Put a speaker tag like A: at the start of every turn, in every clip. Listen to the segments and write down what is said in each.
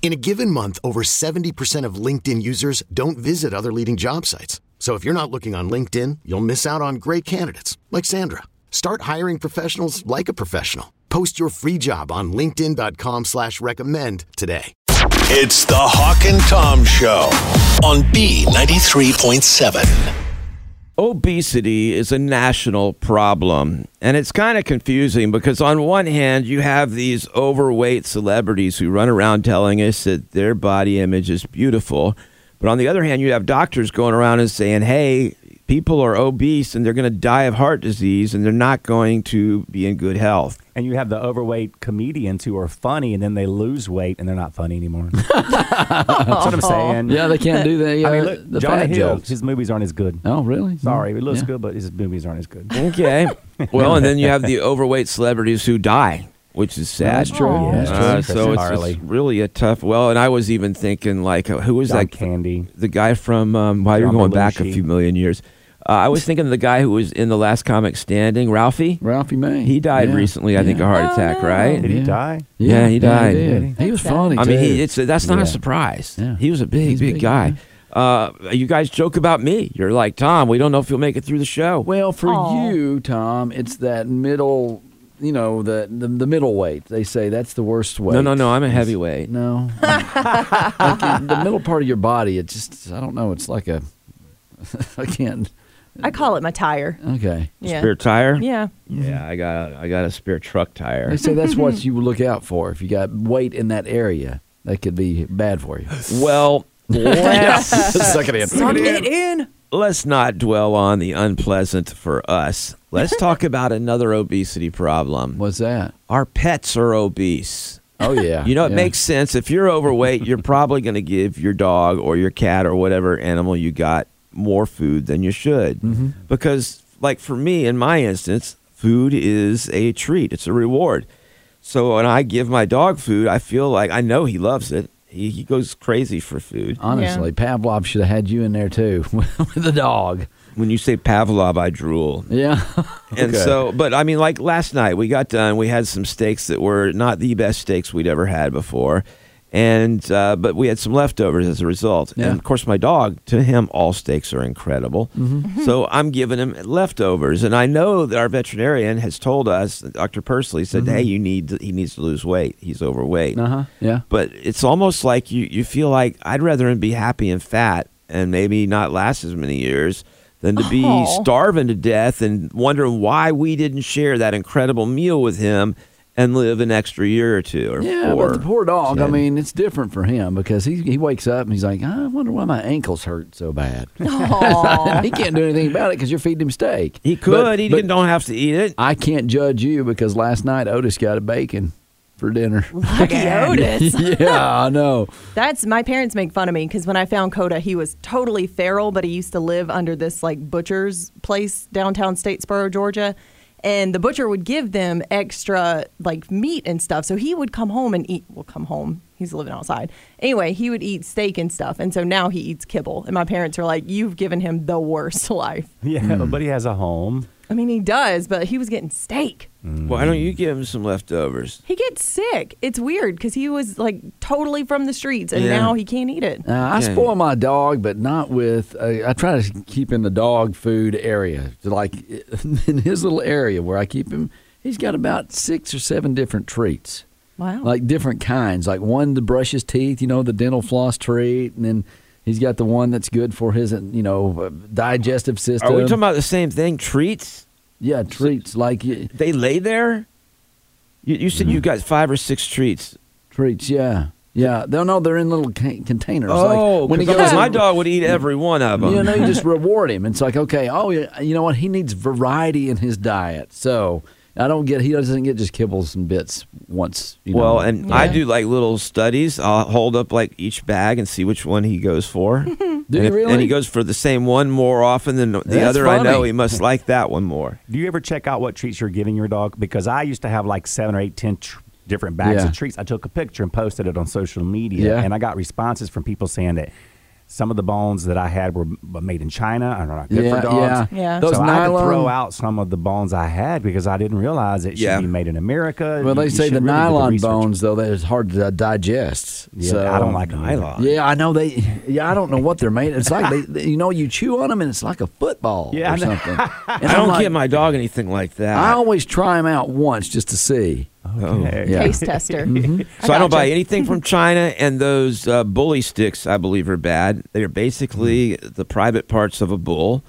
A: In a given month, over 70% of LinkedIn users don't visit other leading job sites. So if you're not looking on LinkedIn, you'll miss out on great candidates like Sandra. Start hiring professionals like a professional. Post your free job on linkedin.com slash recommend today.
B: It's the Hawk and Tom Show on B93.7.
C: Obesity is a national problem, and it's kind of confusing because, on one hand, you have these overweight celebrities who run around telling us that their body image is beautiful. But on the other hand, you have doctors going around and saying, hey, people are obese and they're going to die of heart disease and they're not going to be in good health.
D: And you have the overweight comedians who are funny and then they lose weight and they're not funny anymore. That's what I'm saying.
E: Yeah, they can't do that. Yeah,
D: I mean, look,
E: the
D: Johnny
E: fat
D: Hill,
E: jokes.
D: his movies aren't as good.
E: Oh, really?
D: Sorry, it
E: Mm,
D: looks
E: yeah.
D: good, but his movies aren't as good.
C: Okay. well, and then you have the overweight celebrities who die, which is sad.
D: That's true. Yeah, that's
C: Uh,
D: true.
C: so it's,
D: Harley.
C: it's really a tough. Well, and I was even thinking like, uh, who was
D: John
C: that?
D: Candy.
C: The guy from um, Why you're
D: John
C: going back a
D: Belushi.
C: few million years. Uh, I was thinking of the guy who was in the last comic standing, Ralphie.
E: Ralphie May.
C: He died
E: Yeah.
C: recently, I think, a
E: Yeah.
C: heart attack, right?
D: Did he die?
C: Yeah, he died.
E: did. he was funny.
C: I mean,
E: too.
C: he, it's that's not
E: Yeah.
C: a surprise.
E: Yeah.
C: He was a big,
E: He's
C: big,
E: big,
C: guy. Uh, you guys joke about me. You're like Tom. We don't know if you'll make it through the show.
E: well for you, Tom. It's that middle, you know, the, the the middle weight. They say that's the worst weight.
C: no, no, no. I'm a heavyweight.
E: no. Like, in the middle part of your body. It just I don't know. It's like a I can't.
F: I call it my tire.
E: Okay.
F: Yeah.
C: Spare tire.
F: Yeah.
C: Yeah, I got a, I got a spare truck tire.
E: They say that's what you look out for. If you got weight in that area, that could be bad for you.
C: Well, let's
E: Suck it in.
C: let's not dwell on the unpleasant for us. Let's talk about another obesity problem.
E: What's that?
C: Our pets are obese.
E: Oh yeah.
C: You know, it
E: yeah.
C: makes sense. If you're overweight, you're probably going to give your dog or your cat or whatever animal you got more food than you should.
E: Mm-hmm.
C: Because, like for me, in my instance, food is a treat, it's a reward. So when I give my dog food, I feel like I know he loves it. He, he goes crazy for food.
E: Honestly, Pavlov should have had you in there too with the dog.
C: When you say Pavlov, I drool.
E: Yeah.
C: And
E: Okay.
C: so, but I mean, like last night, we got done. We had some steaks that were not the best steaks we'd ever had before, and uh, but we had some leftovers as a result.
E: Yeah.
C: And of course, my dog, to him, all steaks are incredible.
E: Mm-hmm.
C: So I'm giving him leftovers, and I know that our veterinarian has told us, Dr. Persley said,
E: Mm-hmm.
C: "Hey, you need to- he needs to lose weight. He's overweight."
E: Uh huh. Yeah.
C: But it's almost like you you feel like I'd rather him be happy and fat and maybe not last as many years than to be
E: Oh.
F: Aw.
C: starving to death and wondering why we didn't share that incredible meal with him and live an extra year or two or
E: Yeah,
C: four.
E: but the poor dog. I
C: ten.
E: mean, it's different for him because he he wakes up and he's like, I wonder why my ankles hurt so bad.
F: Aw.
E: he can't do anything about it because you're feeding him steak.
C: he
E: But-
C: could. he
E: but
C: didn't. Don't have to eat it.
E: I can't judge you because last night Otis got a bacon for dinner.
F: Lucky Otis.
E: yeah, I know.
F: That's my parents make fun of me because when I found Coda, he was totally feral, but he used to live under this like butcher's place downtown Statesboro, Georgia. And the butcher would give them extra like meat and stuff. So he would come home and eat. Well, come home. He's living outside. Anyway, he would eat steak and stuff. And so now he eats kibble. And my parents are like, You've given him the worst life.
D: Yeah,
E: Hmm.
D: but he has a home.
F: I mean, he does, but he was getting steak.
E: Mm.
C: Why don't you give him some leftovers?
F: He gets sick. It's weird because he was like totally from the streets and
C: Yeah.
F: now he can't eat it.
E: Uh, I
C: Okay.
E: spoil my dog, but not with. Uh, I try to keep in the dog food area, So, like in his little area where I keep him. He's got about six or seven different treats,
F: Wow.
E: like different kinds. Like one to brush his teeth, you know, the dental floss treat, and then he's got the one that's good for his, uh, you know, uh, digestive system.
C: Are we talking about the same thing? Treats?
E: yeah treats like y-
C: They lay there. You, you said
E: Mm-hmm.
C: you've got five or six treats.
E: Treats, yeah, yeah. They'll know they're in little ca- containers. like when he
C: 'cause
E: goes,
C: my
E: and-
C: dog would eat every one of them.
E: Oh, You know, you just reward him. It's like, okay, oh, yeah, you know what? He needs variety in his diet. So I don't get he doesn't get just kibbles and bits once. You
C: well,
E: know.
C: and I do like little studies. I'll hold up like each bag and see which one he goes for. do and
E: you really?
C: And he goes for the same one more often than the
E: That's
C: other. I know
E: funny.
C: he must like that one more.
D: Do you ever check out what treats you're giving your dog? Because I used to have like seven or eight, ten tr- different bags
E: Yeah.
D: of treats. I took a picture and posted it on social media,
E: Yeah.
D: and I got responses from people saying that some of the bones that I had were m- made in China and are not good
E: yeah,
D: for dogs.
E: yeah,
F: Yeah.
E: Those
D: so I had
E: nylon.
D: to throw out some of the bones I had because I didn't realize it should
C: Yeah.
D: be made in America.
E: well,
D: You-
E: they
D: you
E: say
D: should
E: the
D: really do
E: nylon
D: research.
E: bones though that is hard to digest.
D: Yeah,
E: so,
D: I don't like them. either.
C: Nylon.
E: Yeah, I know they. Yeah, I don't know what they're made. It's like they, they- you know, you chew on them and it's like a football
D: Yeah, I
E: or
D: know.
E: something. And
C: I
E: I'm
C: don't
E: like-
C: get my dog anything like that.
E: I always try them out once just to see.
D: Okay.
E: Yeah.
F: Taste tester.
C: So I, don't buy
F: gotcha.
C: anything from China, and those uh, bully sticks, I believe, are bad. They are basically the private parts of a bull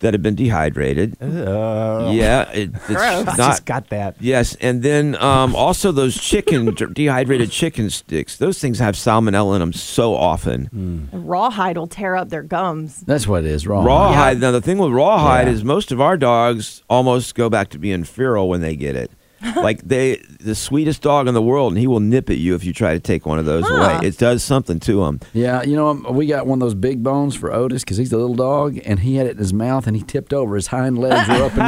C: that have been dehydrated.
D: Uh,
C: yeah, it, it's
D: I
C: not.
D: just got that.
C: yes, and then um, also those chicken dehydrated chicken sticks. Those things have salmonella in them so often.
F: Rawhide will tear up their gums.
E: That's what it is wrong.
C: Rawhide. Now the thing with rawhide
E: Yeah.
C: is most of our dogs almost go back to being feral when they get it. like they, the sweetest dog in the world, and he will nip at you if you try to take one of those away. It does something to him.
E: Yeah, you know, um, we got one of those big bones for Otis because he's a little dog, and he had it in his mouth, and he tipped over. His hind legs were up in the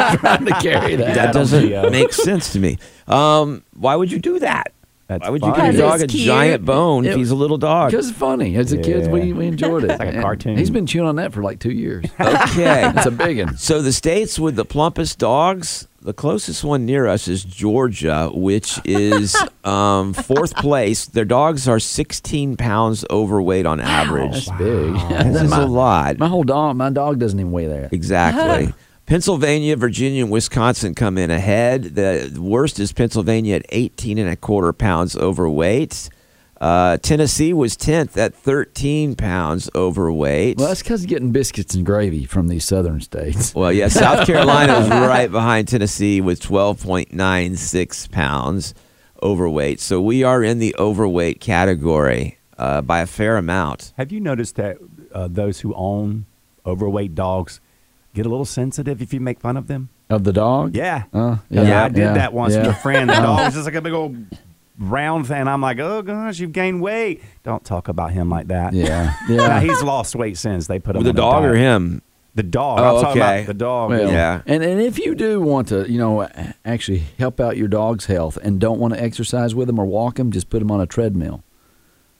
E: air trying to carry that. uh,
C: that doesn't
D: yeah.
C: make sense to me. Um, why would you do that?
D: That's
C: why would you
D: funny.
C: give your
F: Because
C: dog a
F: it's cute.
C: giant bone if
E: It-
C: he's a little dog?
E: Because it's funny. As a kid, we, we enjoyed it. It's
D: like a cartoon.
E: He's been chewing on that for like two years.
C: Okay.
E: It's a big one.
C: so the states with the plumpest dogs, the closest one near us is Georgia, which is um, fourth place. Their dogs are 16 pounds overweight on average.
E: It's big.
C: This is a lot.
E: my whole dog, my dog doesn't even weigh that.
C: Exactly. Pennsylvania, Virginia, and Wisconsin come in ahead. The worst is Pennsylvania at 18 and a quarter pounds overweight. Uh, Tennessee was 10th at 13 pounds overweight.
E: Well, that's because getting biscuits and gravy from these southern states.
C: Well, yeah, South Carolina is right behind Tennessee with 12.96 pounds overweight. So we are in the overweight category uh, by a fair amount.
D: Have you noticed that uh, those who own overweight dogs get a little sensitive if you make fun of them?
E: Of the dog?
D: Yeah.
E: Uh,
D: yeah,
E: yeah,
D: I did
E: yeah,
D: that once with
E: yeah.
D: a friend. The dog was just like a big old round thing. I'm like, oh gosh, you've gained weight. Don't talk about him like that.
E: Yeah.
D: Now,
E: Yeah.
D: he's lost weight since they put him
C: With the
D: on
C: dog
D: diet.
C: or him?
D: The dog.
C: Oh,
D: I'm talking
C: okay.
D: about the dog.
E: Well,
C: Yeah.
E: And and if you do want to, you know, actually help out your dog's health and don't want to exercise with him or walk him, just put him on a treadmill.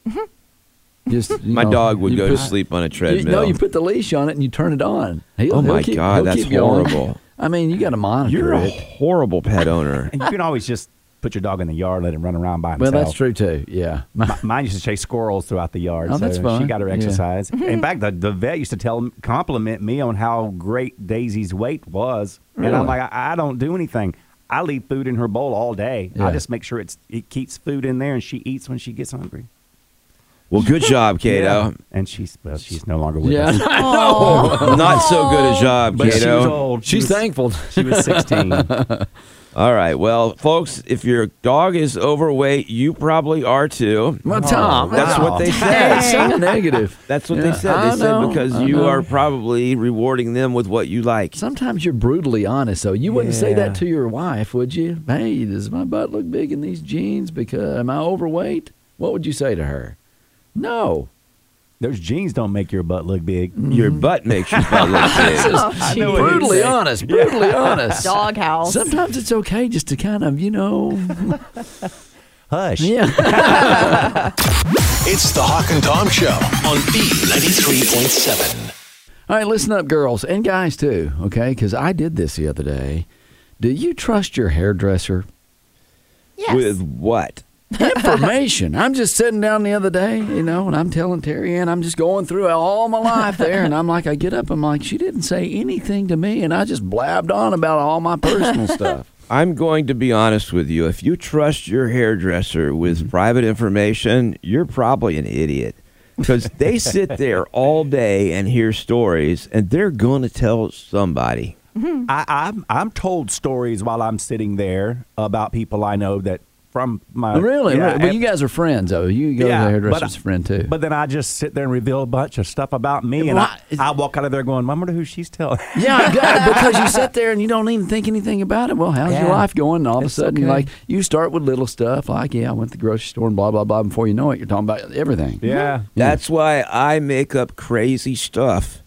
C: Mm-hmm.
E: Just you
C: My
E: know,
C: dog would
E: you
C: go to
E: put-
C: sleep on a
E: You,
C: treadmill.
E: no, you put the leash on it and you turn it on. He'll,
C: Oh,
E: he'll
C: my
E: keep-
C: God,
E: he'll
C: that's
E: keep going.
C: horrible.
E: I mean, you got to monitor
C: You're a
E: it.
C: horrible pet owner.
D: And you can always just put your dog in the yard, let him run around by
E: well,
D: himself.
E: that's true too. Yeah.
D: M- Mine used to chase squirrels throughout the yard.
E: Oh,
D: so
E: that's
D: She
E: fun.
D: got her
E: Yeah.
D: exercise. In fact, the, the vet used to tell compliment me on how great Daisy's weight was, and I'm
E: Really?
D: like, I, I don't do anything. I leave food in her bowl all day. I
E: Yeah.
D: just make sure it's it keeps food in there, and she eats when she gets hungry.
C: Well, good job, Kato.
D: And she's well, she's no longer with
E: Yeah.
D: us.
E: I know.
F: Oh,
C: Not so good a job,
D: But she was
C: Kato.
D: old. She
E: She's
D: was-
E: thankful.
D: She was 16.
C: All right. Well, folks, if your dog is overweight, you probably are too.
E: Well, Tom,
C: Oh, That's
D: wow.
C: what they
E: that's
C: said.
E: so negative.
C: That's what
E: Yeah,
C: they said.
E: I
C: They said
E: know,
C: because
E: I
C: you
E: know.
C: are probably rewarding them with what you like.
E: Sometimes you're brutally honest, though. You wouldn't say
D: Yeah.
E: that to your wife, would you? Hey, does my butt look big in these jeans? Because am I overweight? What would you say to her? No.
D: Those jeans don't make your butt look big.
C: Your butt makes your butt look big.
E: Just
D: know what
E: brutally
D: you'd say.
E: honest. Brutally honest.
F: Doghouse.
E: Sometimes it's okay just to kind of, you know,
D: Hush.
E: yeah.
B: It's the Hawk and Tom Show on B93.7.
E: All right, listen up, girls and guys too, okay? Because I did this the other day. Do you trust your hairdresser?
F: Yes.
C: With what?
E: Information. I'm just sitting down the other day, you know, and I'm telling Terry and I'm just going through all my life there, and I'm like, I get up, I'm like, she didn't say anything to me, and I just blabbed on about all my personal stuff.
C: I'm going to be honest with you. If you trust your hairdresser
E: Mm-hmm.
C: with private information, you're probably an idiot because they sit there all day and hear stories, and they're going to tell somebody.
D: I, I'm I'm told stories while I'm sitting there about people I know that from my
E: Really?
D: Yeah,
E: really? But
D: and-
E: you guys are friends, though. You go to the hairdresser's
D: but,
E: friend too.
D: But then I just sit there and reveal a bunch of stuff about me, and I,
E: Why-
D: I walk out of there going, "I wonder who she's telling."
E: yeah, I got it, because you sit there and you don't even think anything about it. Well, how's your
D: Yeah.
E: life going? And all of a
D: It's
E: sudden,
D: okay.
E: like you start with little stuff, like yeah, I went to the grocery store and blah blah blah. Before you know it, you're talking about everything.
D: yeah,
C: That's why I make up crazy stuff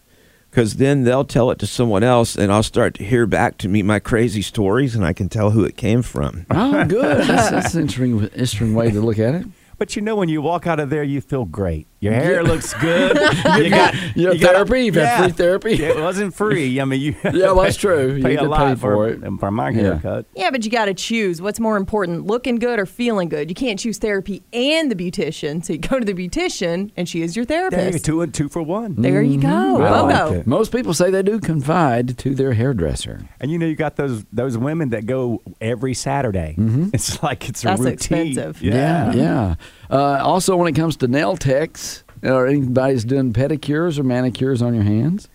C: because then they'll tell it to someone else and I'll start to hear back to me my crazy stories and I can tell who it came from.
E: Oh, good. That's, that's an interesting, interesting way to look at it.
D: but you know, when you walk out of there, you feel great. Your hair looks good. you got
E: You have
D: got-
E: therapy? You've had free therapy?
D: It wasn't free. I mean, you
E: Yeah, well, that's true. You
D: Pay
E: had
D: a
E: to
D: lot
E: pay for it.
D: and for my
E: Yeah.
D: haircut.
F: Yeah, but you got to choose what's more important, looking good or feeling good. You can't choose therapy and the beautician. So you go to the beautician and she is your
D: There you go,
F: therapist.
D: two and two for one.
F: There you go.
D: I like
F: Bogo.
D: it.
E: Most people say they do confide to their hairdresser.
D: And you know, you got those those women that go every Saturday.
C: Mm-hmm.
D: It's like it's a
F: That's
D: routine.
F: expensive.
E: Yeah, yeah. Uh, also, when it comes to nail techs or anybody's doing pedicures or manicures on your hands,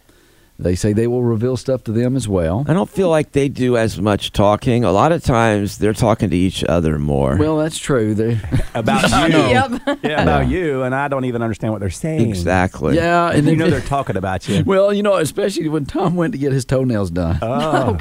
E: they say they will reveal stuff to them as well.
C: I don't feel like they do as much talking. A lot of times they're talking to each other more.
E: Well, that's true. They,
D: About
E: I
D: you.
E: know.
F: Yep.
D: Yeah, about you. And I don't even understand what they're saying.
C: exactly.
E: yeah, and
D: You
E: then,
D: know they're talking about you.
E: well, you know, especially when Tom went to get his toenails done,
F: Oh,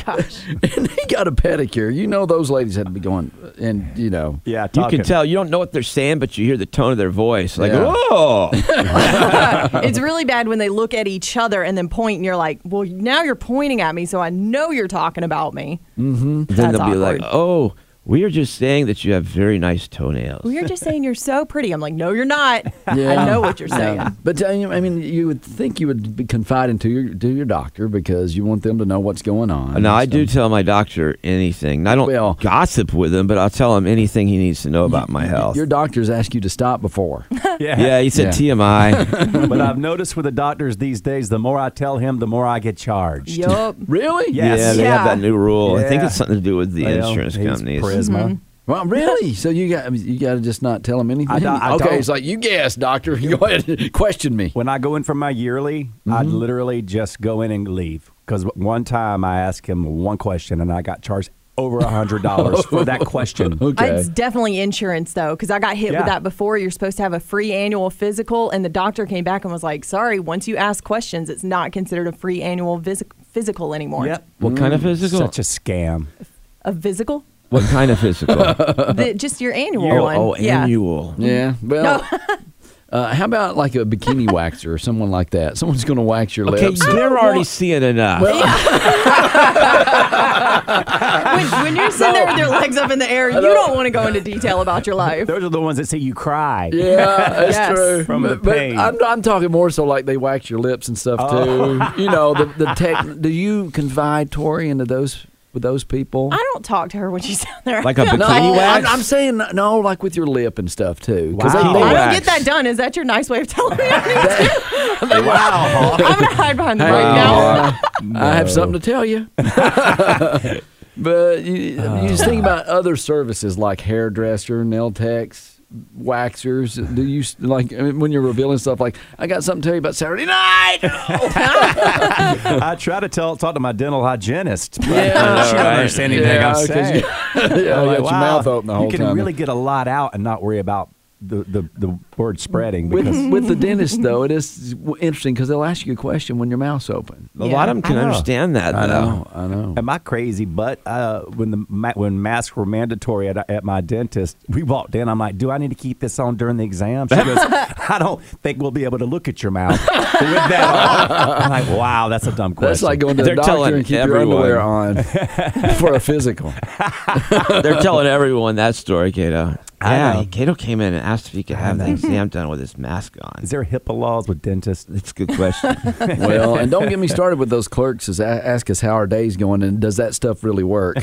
F: gosh.
E: and he got a pedicure. You know, those ladies had to be going, and you know,
D: Yeah,
C: You
D: talking.
C: can tell you don't know what they're saying, but you hear the tone of their voice. Like,
E: Yeah.
C: oh,
F: it's really bad when they look at each other and then point, and you're like, well, now you're pointing at me, so I know you're talking about me.
C: then
F: That's
C: they'll be like,
F: awkward.
C: "Oh, we are just saying that you have very nice toenails."
F: Well, you're just saying you're so pretty. I'm like, no, you're not.
E: Yeah.
F: I know what you're saying.
E: Yeah. But uh, you- I mean, you would think you would be confiding to your to your doctor because you want them to know what's going on.
C: Uh, Now I
E: So-
C: do tell my doctor anything. I don't
E: Well-
C: gossip with him, but I'll tell him anything he needs to know about my health.
E: Your doctors ask you to stop before.
C: yeah, he said TMI.
D: but I've noticed with the doctors these days, the more I tell him, the more I get charged.
F: Yup.
E: really?
D: Yes.
C: Yeah, they have that new rule. I think
D: Yeah.
C: it's something to do with the
D: Well,
C: insurance
D: he's
C: companies.
F: Mm-hmm.
D: Prisma.
E: Well, really? So you got you got to just not tell them anything.
D: I don't- I
E: okay,
D: don't.
E: it's like you guess, doctor. Go ahead, question me.
D: When I go in for my yearly, I
C: Mm-hmm.
D: literally just go in and leave. Because one time I asked him one question and I got charged over a hundred dollars for that question.
E: Okay.
F: It's definitely insurance though, because I got hit
D: Yeah.
F: with that before. You're supposed to have a free annual physical, and the doctor came back and was like, "Sorry, once you ask questions, it's not considered a free annual vis- physical anymore.
D: Yep. Mm,
C: What kind of physical?
D: Such a scam.
F: A physical,
C: what kind of physical? oh,
F: the, just your annual
D: Your-
F: one.
C: oh,
F: yeah.
C: annual.
E: Yeah. Well. Uh, how about like a bikini waxer or someone like that? Someone's going to wax your
C: Okay,
E: lips.
C: they're already seeing enough.
F: When, when you're sitting there with your legs up in the air, you don't want to go into detail about your life.
D: Those are the ones that say you cry.
E: Yeah, that's
F: Yes.
E: true.
D: From the
E: but, but
D: pain.
E: I'm, I'm talking more so like they wax your lips and stuff
D: Oh.
E: too. you know, the the tech. Do you confide Tori into those with those people?
F: I don't talk to her when she's down there.
C: Like a
E: no,
C: bikini wax?
E: I'm, I'm saying no, like with your lip and stuff too. 'Cause
D: Wow.
F: I
C: Wax.
F: don't get that done. Is that your nice way of telling me? I need to-
D: Wow.
F: I'm gonna hide behind the
E: Hey,
F: mic now.
E: uh, I have something to tell you. but you,
D: Ah.
E: you just think about other services like hairdresser, nail techs, waxers. Do you s- like I mean, when you're revealing stuff? Like I got something to tell you about Saturday night.
D: I try to tell talk to my dental hygienist. But
E: Yeah.
D: she don't
C: Right.
D: understand anything
E: Yeah,
D: I'm
E: 'cause
D: saying.
E: you- yeah,
D: I'm
E: you
D: like,
E: got your
D: wow,
E: mouth open the whole
D: you can
E: time.
D: really get a lot out and not worry about the, the, the word spreading
E: with,
D: because
E: with the dentist though, it is w- interesting because they'll ask you a question when your mouth's open.
C: A lot of them can
D: I know.
C: understand that, though.
E: I know.
D: Am I crazy? But uh, when the ma- when masks were mandatory at, at my dentist, we walked in. I'm like, "Do I need to keep this on during the exam?" She goes, "I don't think we'll be able to look at your mouth." With that on. I'm like, "Wow, that's a dumb question."
E: That's like going to the
C: They're
E: doctor
C: telling
E: and keep
C: everyone.
E: your underwear on for a physical.
C: They're telling everyone that story, Kato.
D: I
C: yeah,
D: know.
C: Kato came in and asked if he could have the exam done with his mask on.
D: Is there HIPAA laws with dentists?
C: That's a good question.
E: Well, and don't get me started with those clerks that ask us how our day's going and does that stuff really work?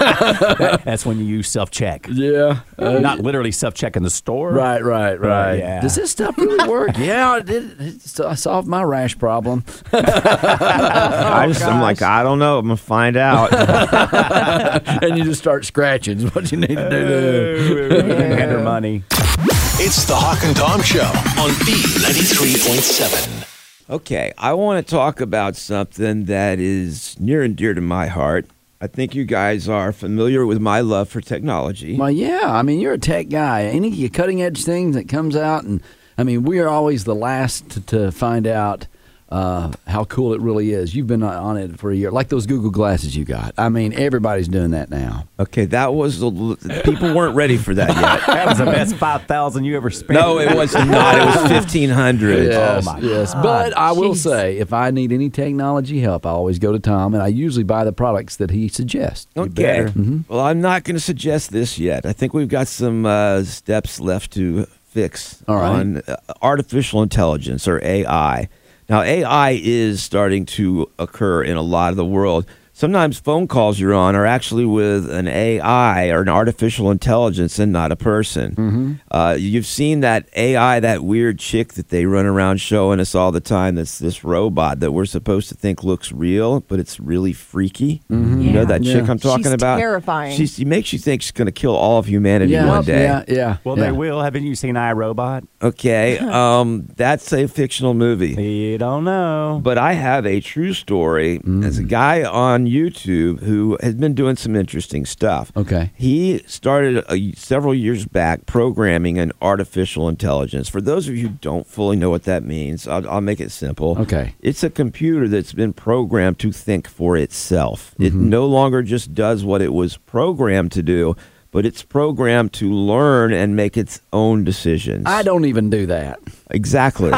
D: That's when you use self check,
E: yeah.
C: Uh,
D: not literally self check in the store.
E: Right, right, right.
D: yeah.
E: Does this stuff really work? yeah, it did. It so- I solved my rash problem.
C: I just, I'm like, I don't know. I'm gonna find out.
E: and you just start scratching is what you need to do.
D: Hand her money.
B: It's the Hawk and Tom Show on B93.7.
C: Okay, I want to talk about something that is near and dear to my heart. I think you guys are familiar with my love for technology.
E: Well, yeah. I mean, you're a tech guy. Any cutting edge thing that comes out, and I mean, we are always the last to, to find out uh, how cool it really is. You've been on it for a year, like those Google glasses you got. I mean, everybody's doing that now.
C: Okay, that was the people weren't ready for that yet.
D: That was the best five thousand you ever spent.
C: No, it was not. It was fifteen hundred.
E: Yes, yes. Oh, But I will say, if I need any technology help, I always go to Tom, and I usually buy the products that he suggests. You
C: Okay.
E: better- Mhm.
C: Well, I'm not going to suggest this yet. I think we've got some uh, steps left to fix
E: All right.
C: on uh, artificial intelligence or AI. Now, AI is starting to occur in a lot of the world. Sometimes phone calls you're on are actually with an AI or an artificial intelligence and not a person. Uh, you've seen that AI, that weird chick that they run around showing us all the time. That's this robot that we're supposed to think looks real, but it's really freaky. You know
F: Yeah.
C: that chick
E: Yeah.
C: I'm talking
F: She's
C: about?
F: terrifying.
C: She's, she makes you think she's going to kill all of humanity
E: Yeah,
C: one day.
E: yeah, yeah.
D: Well,
E: yeah.
D: they will. Haven't you seen iRobot?
C: Okay, um, that's a fictional movie.
D: You don't know.
C: But I have a true story
E: Mm.
C: as a guy on YouTube who has been doing some interesting stuff.
E: Okay.
C: He started a, several years back programming an artificial intelligence. For those of you who don't fully know what that means, I'll, I'll make it simple.
E: Okay.
C: It's a computer that's been programmed to think for itself. It no longer just does what it was programmed to do, but it's programmed to learn and make its own decisions.
E: I don't even do that.
C: Exactly.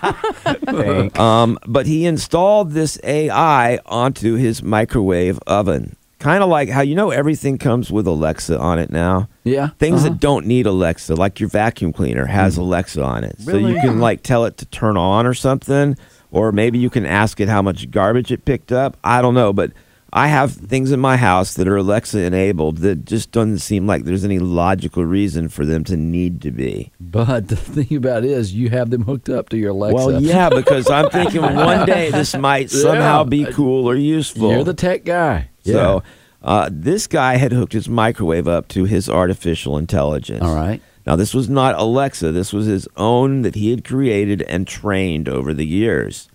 D: Think.
C: Um, but he installed this AI onto his microwave oven. Kind of like how you know everything comes with Alexa on it now.
E: Yeah,
C: Things
E: uh-huh. Mm-hmm.
C: that don't need Alexa, like your vacuum cleaner has Alexa on it. So
D: Really?
C: you can like tell it to turn on or something, or maybe you can ask it how much garbage it picked up. I don't know, but I have things in my house that are Alexa enabled that just doesn't seem like there's any logical reason for them to need to be.
E: But the thing about it is, you have them hooked up to your Alexa.
C: Well, yeah, because I'm thinking one day this might somehow
E: Yeah.
C: be cool or useful.
E: You're the tech guy.
C: so uh, this guy had hooked his microwave up to his artificial intelligence.
E: All right.
C: Now this was not Alexa. This was his own that he had created and trained over the years.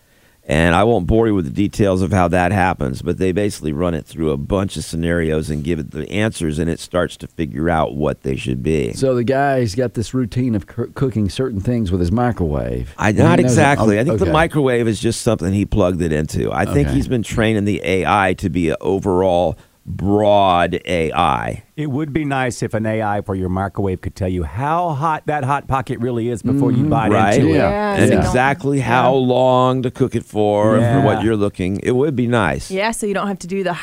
C: And I won't bore you with the details of how that happens, but they basically run it through a bunch of scenarios and give it the answers, and it starts to figure out what they should be.
E: So the guy's got this routine of coo- cooking certain things with his microwave.
C: I
E: And he
C: not
E: knows it.
C: exactly.
E: Oh,
C: I think the
E: okay.
C: microwave is just something he plugged it into. I think
E: Okay.
C: he's been training the AI to be an overall broad AI.
D: It would be nice if an AI for your microwave could tell you how hot that hot pocket really is before you bite
C: Mm, Right.
D: into it.
E: Yeah.
F: Yeah,
C: and
F: so you don't-
C: exactly how long to cook it for,
D: Yeah.
C: for what you're looking. It would be nice.
F: Yeah, so you don't have to do the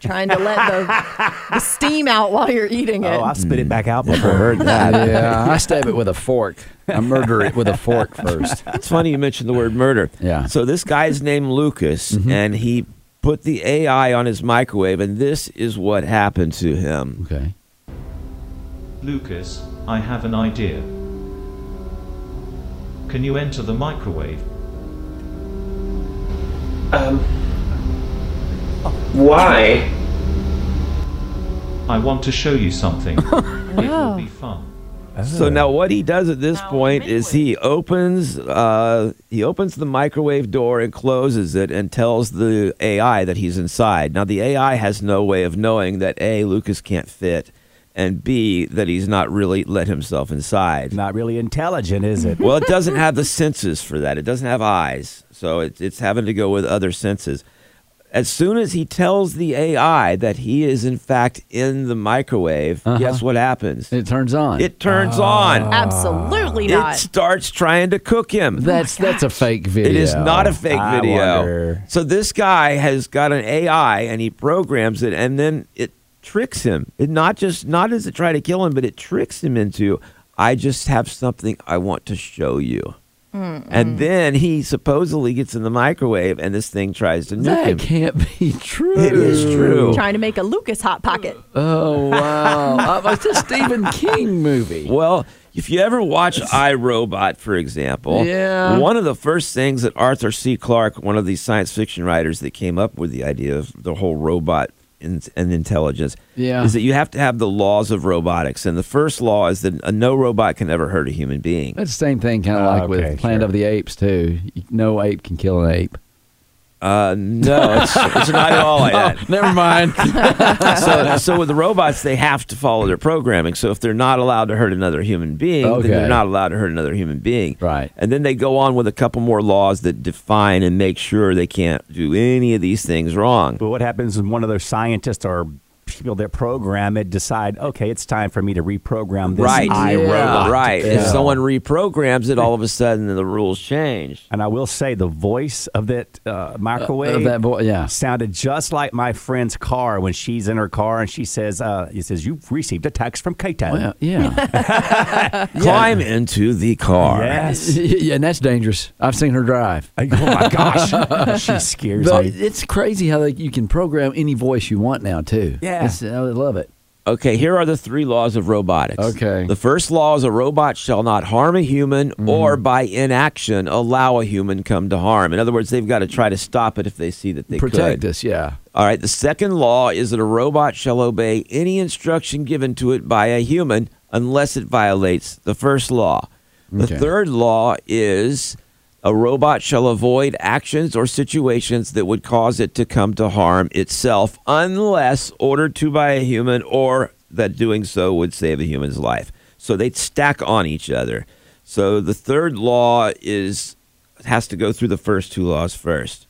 F: trying to let the, the steam out while you're eating it.
D: Oh, I've spit it back out
C: Mm. Never
D: before.
C: heard that.
E: yeah, I stab it with a fork. I murder it with a fork first.
C: It's funny you mentioned the word murder.
E: Yeah.
C: So this guy's named Lucas, and he put the AI on his microwave, and this is what happened to him.
E: Okay.
G: Lucas, I have an idea. Can you enter the microwave?
H: Why?
G: I want to show you something. it will be fun.
C: So now what he does at this point is he opens uh, he opens the microwave door and closes it and tells the AI that he's inside. Now the AI has no way of knowing that A Lucas can't fit and B that he's not really let himself inside.
D: Not really intelligent, is it?
C: Well, it doesn't have the senses for that. It doesn't have eyes. So it, it's having to go with other senses. As soon as he tells the AI that he is in fact in the microwave, guess what happens?
E: It turns on.
C: It turns on.
F: Oh. Absolutely
C: It
F: not.
C: starts trying to cook him.
E: that's that's a fake video.
C: Oh it is not a fake
D: I
C: video.
D: wonder.
C: So this guy has got an AI and he programs it and then it tricks him. It not just not does it try to kill him, but it tricks him into I just have something I want to show you. And then he supposedly gets in the microwave and this thing tries to nuke
E: That
C: him.
E: can't be true.
C: It is true.
F: Trying to make a Lucas hot pocket.
E: Oh wow! Uh, it's a Stephen King movie.
C: Well, if you ever watch iRobot, for example,
E: Yeah.
C: one of the first things that Arthur C. Clarke, one of these science fiction writers that came up with the idea of the whole robot in, and intelligence
E: Yeah.
C: is that you have to have the laws of robotics. And the first law is that a, no robot can ever hurt a human being.
E: That's the same thing, kind of
D: Oh,
E: like
D: okay,
E: with Planet
D: sure.
E: of the Apes too. No ape can kill an ape.
C: Uh, no, it's, it's not at all like that.
E: Oh, Never mind.
C: so, so with the robots, they have to follow their programming. So if they're not allowed to hurt another human being, then
E: Okay.
C: they're not allowed to hurt another human being.
E: Right.
C: And then they go on with a couple more laws that define and make sure they can't do any of these things wrong.
D: But what happens when one of those scientists or people that program it decide, okay, it's time for me to reprogram this
C: right.
D: I
E: Yeah.
D: robot.
C: Right. If
D: Yeah.
C: someone reprograms it, all of a sudden the rules change.
D: And I will say the voice of that uh, microwave
E: that vo- yeah.
D: sounded just like my friend's car when she's in her car and she says, uh, "It says you've received a text from Kato."
E: Well, Oh, yeah.
C: Climb into the car.
D: Yes.
E: yeah, and that's dangerous. I've seen her drive.
D: oh my gosh, she scares
E: But
D: me.
E: it's crazy how they, you can program any voice you want now too.
D: Yeah.
E: It's- I love it.
C: Okay, here are the three laws of robotics.
E: Okay. Mm-hmm.
C: The first law is a robot shall not harm a human or by inaction allow a human come to harm. In other words, they've got to try to stop it if they see that they
E: Protect
C: could.
E: us, yeah.
C: All right, the second law is that a robot shall obey any instruction given to it by a human unless it violates the first law. The
E: Okay.
C: third law is a robot shall avoid actions or situations that would cause it to come to harm itself unless ordered to by a human or that doing so would save a human's life. So they stack on each other. So the third law is has to go through the first two laws first.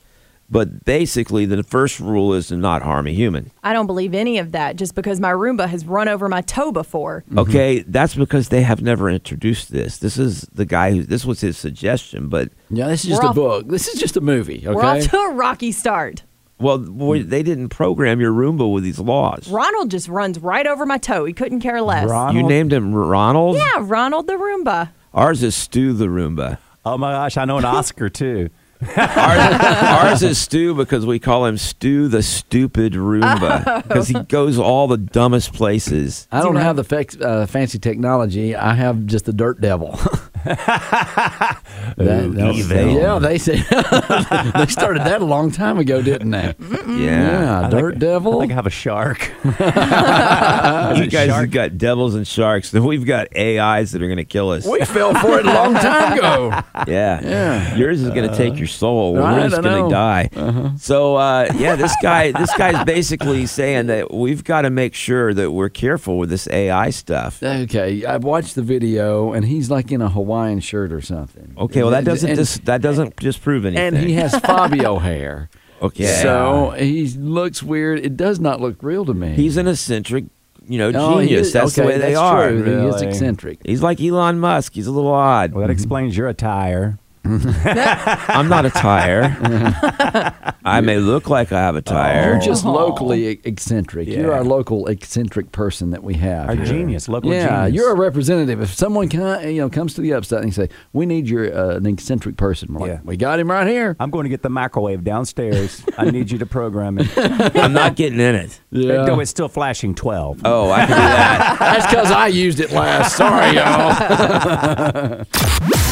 C: But basically, the first rule is to not harm a human.
F: I don't believe any of that just because my Roomba has run over my toe before.
C: Okay, that's because they have never introduced this. This is the guy who, this was his suggestion, but
E: Yeah, this is just
F: We're
E: a
F: off-
E: book. This is just a movie,
F: We're off
E: okay?
F: to a rocky start.
C: well, boy, they didn't program your Roomba with these laws.
F: Ronald just runs right over my toe. He couldn't care less.
C: You
D: Ronald-
C: named him Ronald?
F: Yeah, Ronald the Roomba.
C: Ours is Stu the Roomba.
D: Oh my gosh, I know an Oscar too.
C: Ours, ours is Stu because we call him Stu the Stupid Roomba because he goes all the dumbest places.
E: I don't have the fac uh, fancy technology. I have just the dirt devil. That- that was-
C: evil.
E: yeah, they said they started that a long time ago, didn't they?
C: Yeah.
E: Yeah,
D: I
E: dirt
D: like- I
E: devil.
D: think I have a shark.
C: You guys have got devils and sharks, then we've got AIs that are going to kill us.
E: we fell for it a long time ago.
C: Yeah. Yours is going to take your soul.
E: Uh, I
C: We're just going
E: don't know. Uh-huh.
C: to die. So, uh, yeah, this guy, this guy's basically saying that we've got to make sure that we're careful with this AI stuff.
E: Okay, I watched the video, and he's like in a Hawaiian shirt or something.
C: Okay, well that doesn't
E: And-
C: dis- that doesn't disprove anything.
E: and he has Fabio hair.
C: okay,
E: So he looks weird. It does not look real to me.
C: he's an eccentric, you know,
E: Oh, he
C: genius.
E: is-
C: that's the
E: okay,
C: way they
E: that's
C: are.
E: True. He is
D: really.
E: eccentric.
C: He's like Elon Musk. He's a little odd.
D: Well, that explains your attire.
C: I'm not a tire. I may look like I have a tire.
E: You're just locally e- eccentric. You're our local eccentric person that we have.
D: Our
E: here.
D: genius, local
E: Yeah,
D: genius.
E: you're a representative. If someone can, you know comes to the upside and say, "We need your uh, an eccentric person," we're like,
D: Yeah.
E: "We got him right here."
D: I'm going to get the microwave downstairs. I need you to program it.
C: I'm not getting in it.
E: Yeah.
D: No, it's still flashing 12.
C: Oh, I can do that.
E: That's because I used it last. Sorry, y'all.